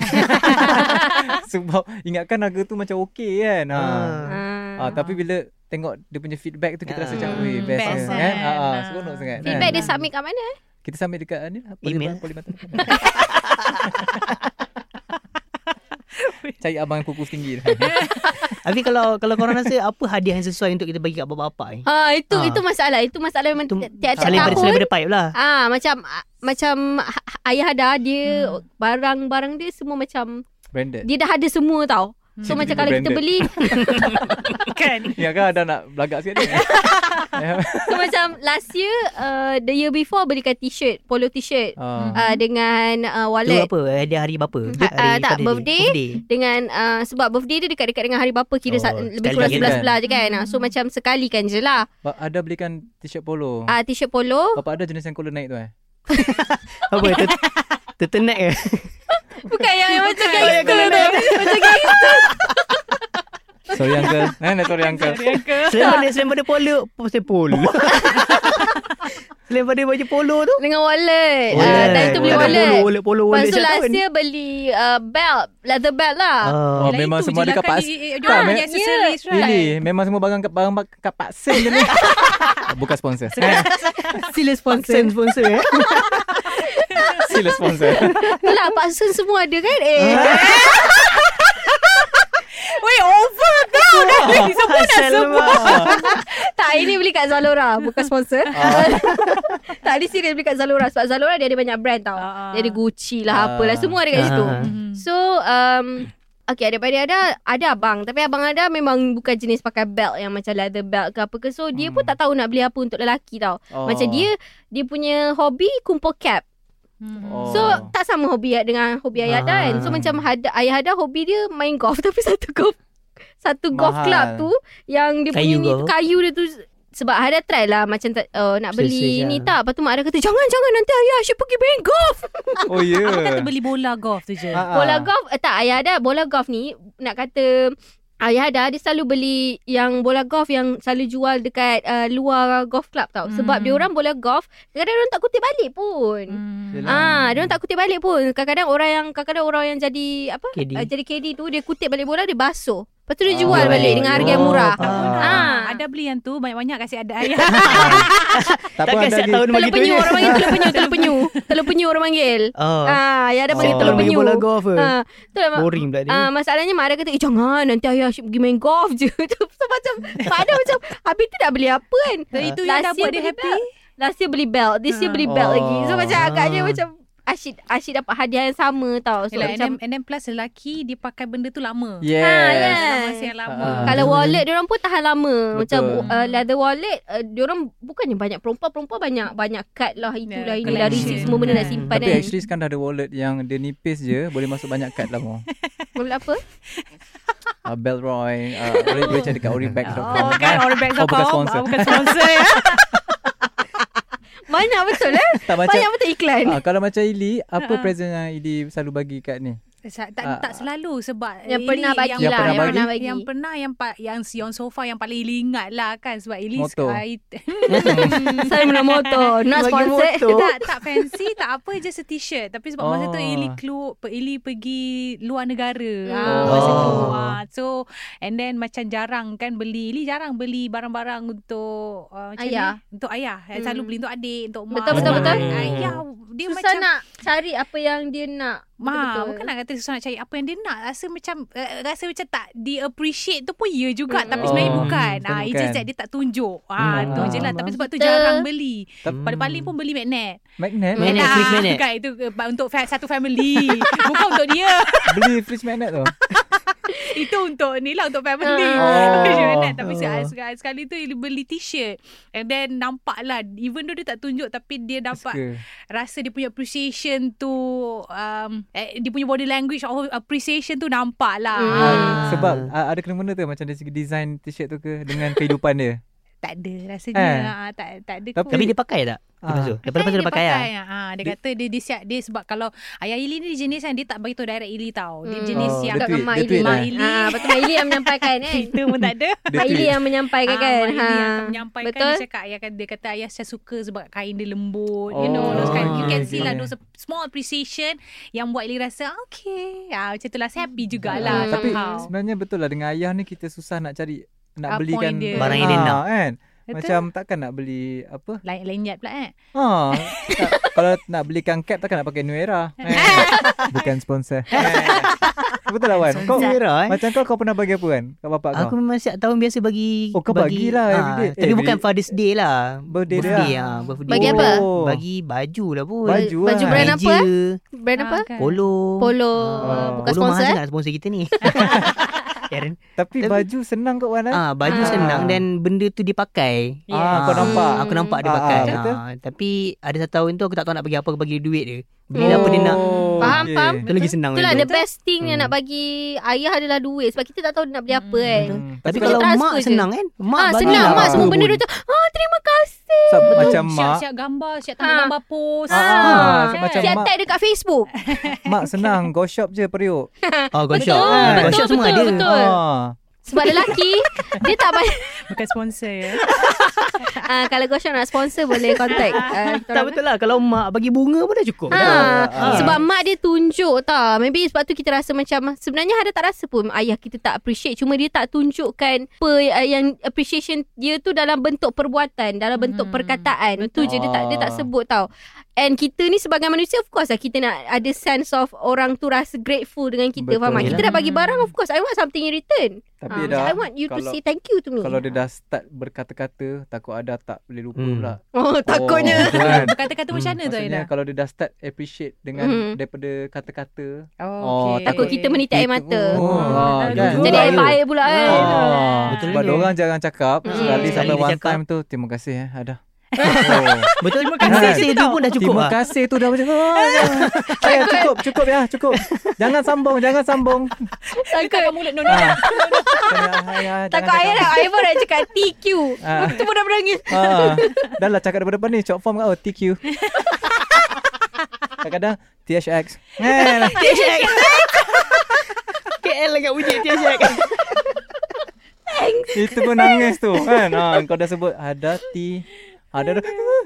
S4: Sebab ingatkan harga tu macam okey kan ha.
S2: Ah.
S4: Ah, tapi bila tengok dia punya feedback tu kita
S5: Ah.
S4: rasa macam weh
S3: Hmm,
S4: best,
S3: best
S4: kan.
S3: kan?
S4: Ha ah,
S3: Ah.
S4: seronok sangat. kan?
S2: Feedback dia submit kat mana?
S4: Kita sambil dekat ni lah, Poly-
S5: Email.
S4: Polymath. Cari abang yang kuku tinggi tu.
S5: Tapi kalau kalau korang rasa apa hadiah yang sesuai untuk kita bagi kat bapak-bapak ni?
S2: Ha, itu
S5: Ah.
S2: itu masalah. Itu masalah memang
S5: Itu
S2: ti- tiap-tiap
S5: saling pada
S2: tahun
S5: saling pada pipe lah.
S2: Ah macam ah, macam ah, ayah dah ada
S5: Hmm.
S2: barang-barang dia semua macam
S4: Branded.
S2: dia dah ada semua tau. So
S4: Kita
S2: macam
S4: beli
S2: kalau kita
S4: branded.
S2: beli
S3: kan
S4: Ya kan ada nak belagak sikit ni.
S2: so macam last year uh, the year before belikan t-shirt, polo t-shirt
S4: Ah.
S2: uh, dengan uh,
S5: Tu
S2: wallet
S5: Hmm. apa? Hadiah hari bapa?
S2: Ha-
S5: Hari
S2: ah, tak,
S5: father day.
S2: birthday. dengan uh, sebab birthday dia dekat-dekat dengan hari bapa kira oh,
S5: Oh, sekali
S2: lebih kurang
S5: kan?
S2: sebelah sebelah je kan. Ah, So macam sekali kan je lah.
S4: Ba- ada belikan t-shirt
S5: Oh.
S4: polo.
S2: Ah t-shirt polo
S4: Bapak ada jenis yang color naik tu eh.
S5: Apa? Ter- Tertenak eh? ke?
S2: bukan yang, yang macam
S3: Oh,
S2: gangster
S3: yang kalau
S2: tu. Macam gangster.
S4: Sorry uncle. Eh, nah, sorry uncle.
S3: Sorry, uncle.
S5: Selain pada, selain pada polo, selain polo. selain pada baju polo tu.
S2: dengan wallet. Ah,
S5: Wallet.
S2: time tu beli
S5: Ada
S2: wallet. lah,
S5: Polo, wallet, polo, wallet.
S2: Lepas tu
S5: setiap
S2: last
S5: tahun.
S2: year beli uh, belt, leather belt lah.
S4: Oh,
S5: Ah.
S3: Yelah,
S4: memang
S3: itu
S4: semua
S3: je
S4: ada
S3: lah
S4: kat
S3: kan
S4: pak.
S3: dia- dia- dia
S4: Tak,
S3: orang
S4: me-
S3: ada
S2: Ya.
S3: accessories, right?
S4: Really, memang semua barang kat barang kat pak sen je ni. Bukan sponsor. Eh,
S5: Sila sponsor. Sponsor eh.
S4: Sila sponsor.
S2: Itulah Pak Sun lah, semua ada kan? Eh.
S3: Weh over tau Dah ni semua dah
S5: Asal
S3: semua
S5: lah.
S2: tak, ini beli kat Zalora, bukan sponsor. tak, ni serius beli kat Zalora sebab Zalora dia ada banyak brand tau.
S3: Ah, ah.
S2: Dia ada Gucci lah, apalah semua ada kat
S5: Ah.
S2: situ.
S3: Mhm.
S2: So, um Okay, daripada ada ada abang. Tapi abang ada memang bukan jenis pakai belt yang macam leather belt ke apa ke. So, dia pun tak tahu nak beli apa untuk lelaki tau.
S4: Oh.
S2: Macam dia, dia punya hobi kumpul cap.
S3: Hmm.
S4: Oh.
S2: So tak sama hobi Ayat dengan hobi ayah
S5: Ah.
S2: dan. So macam had, ayah ada hobi dia main golf tapi satu golf satu golf
S4: Mahal.
S2: club tu yang dia punya
S5: Kayu
S2: ni
S5: golf.
S2: tu kayu dia tu sebab ada try lah macam tak- uh, nak beli
S5: Selesa je. lah.
S2: ni tak. Lepas tu mak ada kata jangan jangan nanti ayah asyik pergi main golf.
S4: Oh ya.
S3: Aku kata beli bola golf tu je
S4: Ah, ah.
S2: Bola golf eh, tak ayah ada bola golf ni nak kata Ayah ada dia selalu beli yang bola golf yang selalu jual dekat uh, luar golf club tau. Sebab
S3: Hmm.
S2: dia orang bola golf kadang-kadang orang tak kutip balik pun.
S3: Hmm.
S2: Ah, dia orang tak kutip balik pun. Kadang-kadang orang yang kadang-kadang orang yang jadi apa?
S5: KD.
S2: Uh, jadi KD tu dia kutip balik bola dia basuh. Lepas tu dia
S4: Ah,
S2: jual
S4: jual
S2: balik
S4: balik.
S2: dengan harga yang
S5: Oh,
S2: murah.
S5: tak
S4: pernah.
S2: Ah.
S3: Ada beli yang tu Banyak-banyak kasih ada ayah
S4: Tak ada
S5: Takkan setiap
S4: lagi.
S5: tahun
S2: Telur
S5: bagi
S2: penyu
S5: duit.
S2: orang panggil telur penyu, telur penyu. Telur penyu orang panggil.
S5: Oh.
S2: Ah, ya ada panggil
S5: Setiap
S2: telur
S5: tahun bagi
S2: penyu.
S5: bola golf ke?
S2: Ah, tu lah mak-
S5: Boring pula dia.
S2: Ah, masalahnya mak ada kata, "Eh jangan, nanti ayah asyik pergi main golf je." Tu so, macam mak ada macam habis tu nak beli apa kan?
S3: So, itu yang dah
S2: Last year
S3: buat dia
S2: beli
S3: happy
S2: belt. Last year beli belt, this year beli belt
S4: Oh.
S2: lagi. So macam agaknya
S5: Ah.
S2: macam Asyik Asyik dapat hadiah yang sama tau. So
S3: Yelah, and,
S2: macam
S3: then, and then plus lelaki Dia pakai benda tu lama
S4: Yes.
S2: Ah, yes.
S3: Dalam masa yang lama
S4: Ah.
S2: Kalau wallet diorang pun tahan lama.
S4: Betul.
S2: Macam uh, leather wallet uh, diorang bukannya banyak perempuan, perempuan banyak banyak kad lah itulah
S3: Ya,
S2: inilah
S4: collection.
S2: receipt semua benda nak simpan
S4: Tapi
S2: kan.
S4: actually sekarang dah ada wallet yang dia nipis je boleh masuk banyak kad lah mo.
S2: Wallet apa?
S4: Uh, Belroy, uh, boleh boleh cari dekat
S3: Oh,
S4: oribag.com.
S3: kan orang back
S4: Oh, bukan sponsor.
S3: Bukan sponsor ya.
S2: Banyak betul eh.
S4: tak macam
S2: Banyak betul iklan.
S4: Ah, kalau macam Ili, apa present yang Ili selalu bagi kat ni?
S3: Sa- tak,
S4: Ah,
S3: tak selalu sebab
S2: Yang
S3: ini
S2: pernah bagi
S4: Yang lah, pernah yang bagi. pernah
S2: bagi.
S3: yang pernah yang pa- yang yang so far yang paling ingat lah kan sebab Ilis
S4: Motor.
S3: I,
S2: Saya nak motor. Nak
S5: Bagi
S2: sponsor.
S5: motor.
S3: Eh, tak tak fancy tak apa just a t-shirt tapi sebab masa tu
S4: Oh.
S3: Ili keluar pe- Ili pergi luar negara
S2: Hmm.
S3: ah masa tu
S5: Oh.
S3: ah so and then macam jarang kan beli Ili jarang beli barang-barang untuk uh, macam
S2: Ayah.
S3: ni, untuk ayah hmm. selalu beli untuk adik untuk mak
S2: Betul,
S5: betul, betul.
S3: Ah, ayah dia
S2: Susah
S3: macam
S2: nak cari apa yang dia nak.
S3: Ma,
S2: Betul-betul.
S3: bukan nak kata susah nak cari apa yang dia nak. Rasa macam uh, rasa macam tak di appreciate tu pun ya juga
S2: Mm.
S3: tapi sebenarnya
S4: Oh,
S3: bukan.
S4: sebenarnya
S3: Ah, it's
S4: bukan.
S3: just that dia tak tunjuk. Ah,
S5: Hmm.
S3: tu je lah
S4: Ah,
S3: tapi sebab
S2: kita-
S3: tu jarang beli.
S4: Tapi-
S3: Paling-paling pun beli magnet.
S4: Magnet
S5: Magnet.
S3: Ah,
S5: fridge magnet.
S3: Bukan itu eh, ba- untuk fa- satu family. Bukan untuk dia.
S4: Beli fridge magnet tu
S3: Itu untuk ni lah untuk family.
S4: Oh.
S3: Fridge magnet. Tapi
S5: Oh.
S3: sekali, sekali, sekali tu dia beli t-shirt. And then nampak lah. Even though dia tak tunjuk tapi dia dapat
S4: Suka
S3: rasa dia punya appreciation tu. Um, eh, dia punya body language of appreciation tu nampak lah.
S2: Hmm.
S3: Ah.
S4: Sebab uh, ada kena-mena tu Macam dari segi design t-shirt tu ke Dengan kehidupan dia
S3: Tak ada rasanya.
S4: Eh.
S3: Ah, tak, tak ada Kan
S4: Tapi-
S5: Tapi dia pakai tak? Lepas
S4: Ah.
S5: tu. Lepas tu dia pakai ah.
S3: Ha, dia,
S4: Dia-
S3: kata dia, dia siap dia sebab kalau ayah Ili ni jenis yang dia tak bagi tahu direct Ili tau. Dia
S2: Hmm.
S3: jenis
S4: Oh,
S3: yang
S4: dia
S2: Cakap dengan
S4: tweet,
S2: Mak
S4: dia
S2: Ili.
S4: tweet eh?
S3: lah.
S2: Ah, betul Mak Ili yang menyampaikan kan.
S3: kita pun tak ada.
S4: Dia
S2: Mak Ili
S4: tweet.
S2: yang menyampaikan
S3: Ah,
S2: kan.
S3: Mak Ili yang akan menyampaikan
S2: Betul.
S3: dia cakap ayah kata- dia kata ayah saya suka sebab kain dia lembut. You know,
S4: Oh,
S3: those kind. You can
S4: okay,
S3: see
S4: okay.
S3: lah those small appreciation yang buat Ili rasa ah, okay. Ah, macam tu lah. Saya happy jugalah.
S4: Ah, Tapi
S3: somehow.
S4: sebenarnya betul lah Dengan ayah ni kita susah nak cari
S3: Ah,
S4: Nak belikan
S3: point dia.
S5: Barang yang dia
S4: Ah,
S5: nak.
S4: kan?
S3: Betul.
S4: Macam takkan nak beli apa
S3: lain lenyap pula eh.
S4: Ah, tak, kalau nak belikan cap takkan nak pakai Nuera. Eh, bukan sponsor. Eh, betul lah Wan. Kau,
S5: Kau merah eh.
S4: macam kau kau pernah bagi apa kan? Kat bapak kau.
S5: Aku memang setiap tahun biasa bagi ah,
S4: Oh, kau bagilah everyday.
S5: Tapi
S4: Every-
S5: bukan Father's Day lah
S4: Birthday dia
S5: Birthday
S4: lah.
S5: ah, birthday.
S2: Eh, Bagi apa?
S4: Oh.
S5: Bagi baju lah pun
S4: Baju lah.
S2: Baju brand apa?
S5: Meja,
S2: Brand apa?
S3: Ah, kan.
S5: Polo
S2: Polo.
S4: Ah.
S2: Bukan
S5: Polo mahal
S2: sponsor eh.
S5: sangat sponsor kita ni Karen
S4: Tapi,
S5: Tapi-
S4: baju senang kot Wan. eh?
S5: ah, Baju
S4: Ah.
S5: senang Dan benda tu dia pakai
S2: Ya.
S4: Ah, kau
S5: Ah,
S4: nampak.
S5: Aku nampak dia
S4: Ah,
S5: pakai
S4: ah, betul.
S5: ah, Tapi ada satu tahun tu Aku tak tahu nak bagi apa Aku bagi dia duit dia Belilah apa dia nak
S4: Oh,
S2: Faham,
S4: okey.
S2: faham.
S5: Itu lagi senang
S2: Itulah
S5: lagi.
S2: the best thing yang
S5: Hmm.
S2: nak bagi ayah adalah duit. Sebab kita tak tahu dia nak beli apa
S3: Hmm.
S2: kan.
S5: Betul. Tapi
S4: Tapi
S5: kalau
S2: transfer
S5: mak
S2: je.
S5: senang kan Mak Oh,
S2: Ah,
S5: bagilah Kan,
S2: senang
S4: lah
S2: mak semua
S4: apa
S2: benda
S5: pun.
S2: dia tu. Ah, terima kasih.
S4: Sa- macam
S3: siap,
S4: mak,
S3: Siap gambar, siap
S2: Ah.
S3: tambah gambar post.
S4: Ah,
S3: kan?
S4: macam
S2: Siap
S4: mak-
S2: tag dekat Facebook.
S4: mak senang go shop je periuk.
S5: Oh, gone
S2: Betul,
S5: shop. Ah,
S2: betul,
S5: gone shop semua
S2: betul,
S5: ada.
S2: betul.
S4: Ah.
S2: Sebab lelaki dia tak banyak.
S3: Bukan sponsor ya.
S2: Ah, kalau Gosha nak sponsor boleh contact. Ah, kita
S5: Tak
S2: orang-
S5: betul lah Kalau mak bagi bunga pun dah cukup
S2: Ha,
S5: dah.
S2: ha. Sebab mak dia tunjuk tau Maybe sebab tu kita rasa macam Sebenarnya ada tak rasa pun Ayah kita tak appreciate Cuma dia tak tunjukkan Apa uh, yang Appreciation dia tu Dalam bentuk perbuatan Dalam bentuk
S3: Hmm,
S2: perkataan Tu je dia tak, dia tak
S4: Ah.
S2: sebut tau And kita ni sebagai manusia Of course lah Kita nak ada sense of Orang tu rasa grateful dengan kita
S4: Betul.
S2: Faham tak? Kita
S3: Yelah.
S2: dah bagi barang Of course I want something in return
S4: Tapi
S2: Ah,
S4: dah
S2: I want you to
S4: kalau-
S2: say thank you to me
S4: kalau dia dah start berkata-kata takut ada tak boleh lupa
S5: Hmm.
S4: pula.
S2: Oh takutnya
S4: Oh, kan?
S3: Kata-kata
S5: Hmm,
S3: macam mana tu
S4: Maksudnya
S3: Aida?
S4: kalau dia dah start appreciate dengan
S2: Mhm.
S4: daripada kata-kata
S3: Oh, okay.
S2: Takut kita menitik air
S4: Itu-
S2: mata
S3: Ah,
S4: Oh, ah,
S3: kan?
S4: kan?
S2: Jadi air
S5: Betul.
S2: bahaya pula kan
S4: Ah,
S5: Betul
S4: Sebab
S5: dia.
S4: orang jarang cakap
S2: Mm.
S4: Sekali
S5: Sekali
S4: sampai
S5: dia
S4: one
S5: cakap.
S4: time tu Terima kasih eh Ada oh.
S5: Betul. kan? Terima
S4: kasih
S5: kasih tu pun dah cukup
S4: Terima
S5: lah.
S4: kasih tu dah macam "Ah, Ayah cukup Cukup ya Cukup Jangan sambung Jangan sambung
S2: Takut
S3: mulut no
S4: ah. Jangan, ayah, jangan
S2: Takut ayah nak Ayah pun nak cakap TQ
S4: Ah.
S2: Tu pun dah berangin
S4: ah. Dah lah cakap daripada depan ni Short form kau TQ Kadang-kadang THX Eh lah
S5: THX. KL dekat wujud THX.
S4: Itu pun nangis tu kan. Ha, kau dah sebut ada T ada dah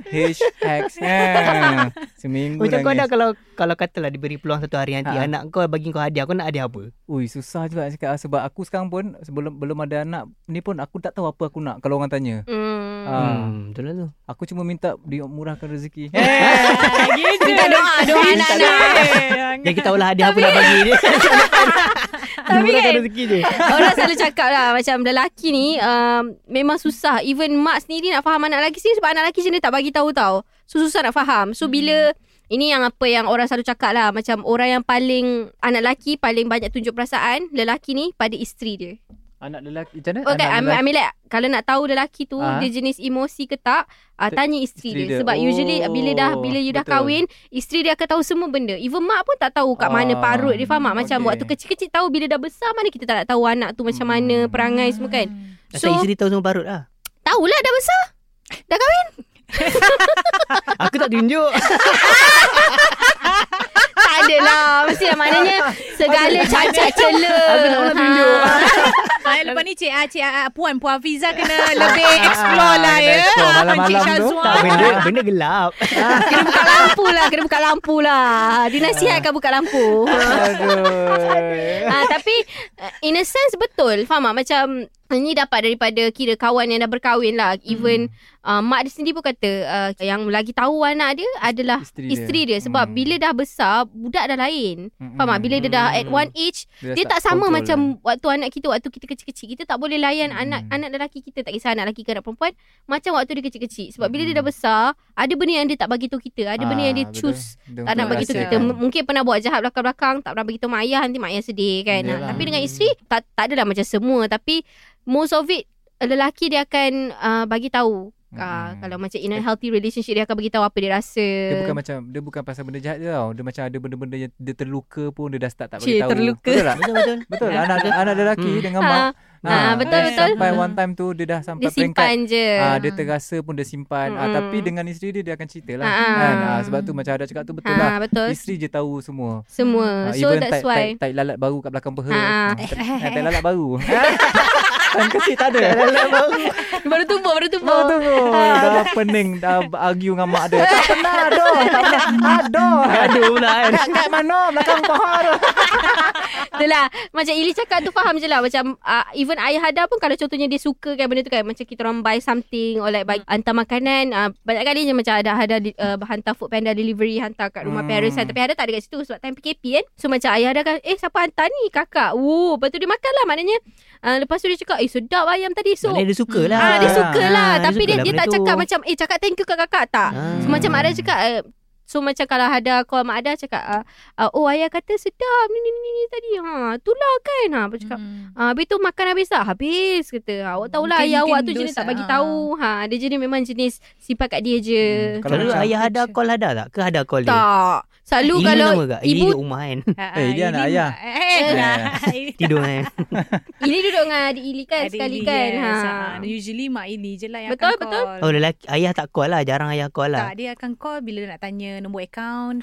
S4: HX. Eh. Seminggu
S5: Macam kau
S4: nangis.
S5: dah kalau kalau katalah diberi peluang satu hari nanti
S4: Ha.
S5: anak kau bagi kau hadiah, kau nak hadiah apa?
S4: Ui susah juga nak cakap ah, sebab aku sekarang pun sebelum belum ada anak ni pun aku tak tahu apa aku nak kalau orang tanya.
S2: Hmm.
S4: Ha,
S5: Hmm, betul lah tu.
S4: aku cuma minta dimurahkan rezeki.
S2: Minta doa Doa anak-anak
S5: Yang Ya, kita tahulah hadiah apa nak bagi dia.
S2: Tapi
S5: Dimurahkan
S2: kan
S5: rezeki je.
S2: Orang selalu cakap lah Macam lelaki ni um, Memang susah Even mak sendiri Nak faham anak lelaki sendiri Sebab anak lelaki sendiri Tak bagi tahu tau So susah nak faham So bila Ini yang apa yang orang selalu cakap lah Macam orang yang paling Anak lelaki Paling banyak tunjuk perasaan Lelaki ni Pada isteri dia
S4: anak lelaki macam mana?
S2: Okay, I mean, I mean like kalau nak tahu lelaki tu
S4: Ah.
S2: dia jenis emosi ke tak, uh,
S4: Te-
S2: tanya isteri
S4: isteri
S2: dia.
S4: dia.
S2: Sebab
S4: Oh,
S2: usually bila dah bila you dah
S4: betul.
S2: kahwin, isteri dia akan tahu semua benda. Even mak pun tak tahu kat mana
S4: Ah,
S2: parut dia faham tak? Macam
S4: okay.
S2: waktu kecil-kecil tahu bila dah besar mana kita tak nak tahu anak tu macam
S4: Hmm.
S2: mana, perangai semua kan.
S5: Asal
S2: So-
S5: isteri tahu semua parut lah.
S2: Tahulah dah besar.
S5: Aku tak tunjuk.
S2: Tak ada lah. Mestilah maknanya segala cacat cela.
S4: Aku nak orang tunjuk.
S2: Ha.
S3: Ah, lepas ni Cik, ah, Cik ah, Puan, Puan Fiza kena lebih explore lah
S4: Ah,
S3: ya.
S4: explore
S3: Ah,
S4: malam-malam
S3: Cik
S4: tu.
S3: Syazwan.
S5: Tak, benda, benda gelap.
S2: Kena buka lampu lah. Kena buka lampu lah. Dia nasihatkan buka lampu.
S4: Aduh.
S2: Ah, tapi uh, in a sense betul. Faham tak? Macam ini dapat daripada kira kawan yang dah berkahwin lah. Even uh,
S4: Hmm.
S2: mak dia sendiri pun kata uh, yang lagi tahu anak dia adalah
S4: Isteri
S2: isteri,
S4: dia.
S2: dia. Sebab
S4: Hmm.
S2: bila dah besar, budak dah lain. Faham tak? Bila dia dah
S4: Hmm.
S2: at one age, dia tak sama macam waktu anak kita waktu kita kecil-kecil. Kita tak boleh layan
S4: Hmm.
S2: anak anak lelaki kita tak kisah anak lelaki ke anak perempuan macam waktu dia kecil-kecil. Sebab bila dia
S4: Hmm. Ah,
S2: dah besar, ada benda yang dia tak bagi tahu kita, ada benda yang dia choose tak nak bagi tu kita
S3: rahsia
S2: ah,
S3: kan.
S2: M- mungkin pernah buat jahat belakang-belakang tak pernah bagi tu mak ayah nanti mak ayah sedih kan
S4: Yalah.
S2: Yalah. tapi dengan isteri tak tak adalah macam semua tapi most of it lelaki dia akan uh, bagi tahu uh, kalau macam in a healthy relationship dia akan bagi tahu apa dia rasa
S4: Hmm. dia bukan macam dia bukan pasal benda jahat je tau. Dia macam ada benda-benda yang dia terluka pun dia dah start tak bagi
S3: Cik,
S4: tahu.
S3: terluka.
S4: Betul tak?
S5: Betul-betul.
S4: Betul anak anak lelaki
S5: Hmm.
S4: dengan mak.
S2: Ah, betul,
S4: dia
S2: betul.
S4: Sampai one time tu dia dah
S2: dia
S4: sampai
S2: simpan je
S4: Ah dia terasa pun dia simpan. Ah
S2: Mm-mm.
S4: tapi dengan isteri dia dia akan cerita lah.
S2: Ah, ah.
S4: Kan? Ah sebab tu macam ada cakap tu betul
S2: ha,
S4: lah.
S2: betul
S4: Isteri je tahu semua.
S2: semua
S4: Ah,
S2: so
S4: even
S2: that's
S4: tai,
S2: why
S4: Tai, tai lalat baru kat belakang peha.
S2: Ah.
S4: Ah. Tai, tai lalat baru.
S5: kan,
S4: Time kecil tak ada. lalat baru.
S2: baru tumpuk baru tumpuk
S4: Oh, tunggu. Dah pening. Dah argue dengan mak dia. Tak pernah. Aduh. Tak pernah. Aduh.
S5: Aduh pula kan.
S4: Kat, kat mana? Belakang pohon.
S2: Itulah lah. Macam Ili cakap tu faham je lah Macam uh, even ayah ada pun Kalau contohnya dia suka kan benda tu kan Macam kita orang buy something Or like buy, hantar makanan uh, Banyak kali je macam ada ada di- uh, Hantar food panda delivery Hantar kat rumah
S4: Hmm.
S2: hmm. parents kan. Tapi ada tak ada kat situ Sebab time PKP kan So macam ayah ada kan Eh siapa hantar ni kakak Woo, Lepas tu dia makan lah maknanya uh, Lepas tu dia cakap Eh sedap ayam tadi So
S5: Maknanya dia suka lah.
S2: Ah, dia suka lah
S5: Ah,
S2: Tapi
S5: suka
S2: dia,
S5: lah
S2: dia
S5: benda
S2: tak
S5: tu.
S2: cakap macam Eh cakap thank you kat kakak tak
S5: Ah.
S2: So macam Mak Ada cakap uh, So macam kalau ada call Mak Ada cakap uh, uh, Oh ayah kata sedap ni ni ni, ni tadi ha, Itulah kan ha, Abang cakap
S3: Hmm.
S2: Ah, habis tu makan habis tak? Habis kata.
S5: Hmm,
S2: Awak tahulah
S3: Mungkin-
S2: ayah awak tu
S3: mungkin
S2: jenis
S3: dosa,
S2: tak bagi
S3: ah.
S2: tahu. Ha, dia jenis memang jenis sifat kat dia je.
S4: Hmm, Kalau
S5: Kalau
S4: macam-
S5: ayah ada call ada tak? Ke ada call dia?
S2: Tak. Selalu
S5: Ili
S2: kalau
S5: nama tak? Ili
S2: ibu
S5: duduk rumah kan.
S3: Ah,
S4: Eh,
S3: ah,
S4: dia anak
S3: ini-
S4: ayah.
S3: Eh,
S4: Eh.
S3: dah.
S5: Tidur kan.
S2: Ili duduk dengan adik Ili kan
S3: Adik
S2: sekali
S3: Ili,
S2: kan. Ha.
S5: ya.
S3: yes. Ah, Usually Mak Ili je lah yang
S2: Betul,
S3: akan
S2: betul.
S5: Oh
S3: call.
S5: lelaki ayah tak call lah, jarang ayah call lah.
S3: Tak, dia akan call bila nak tanya nombor akaun.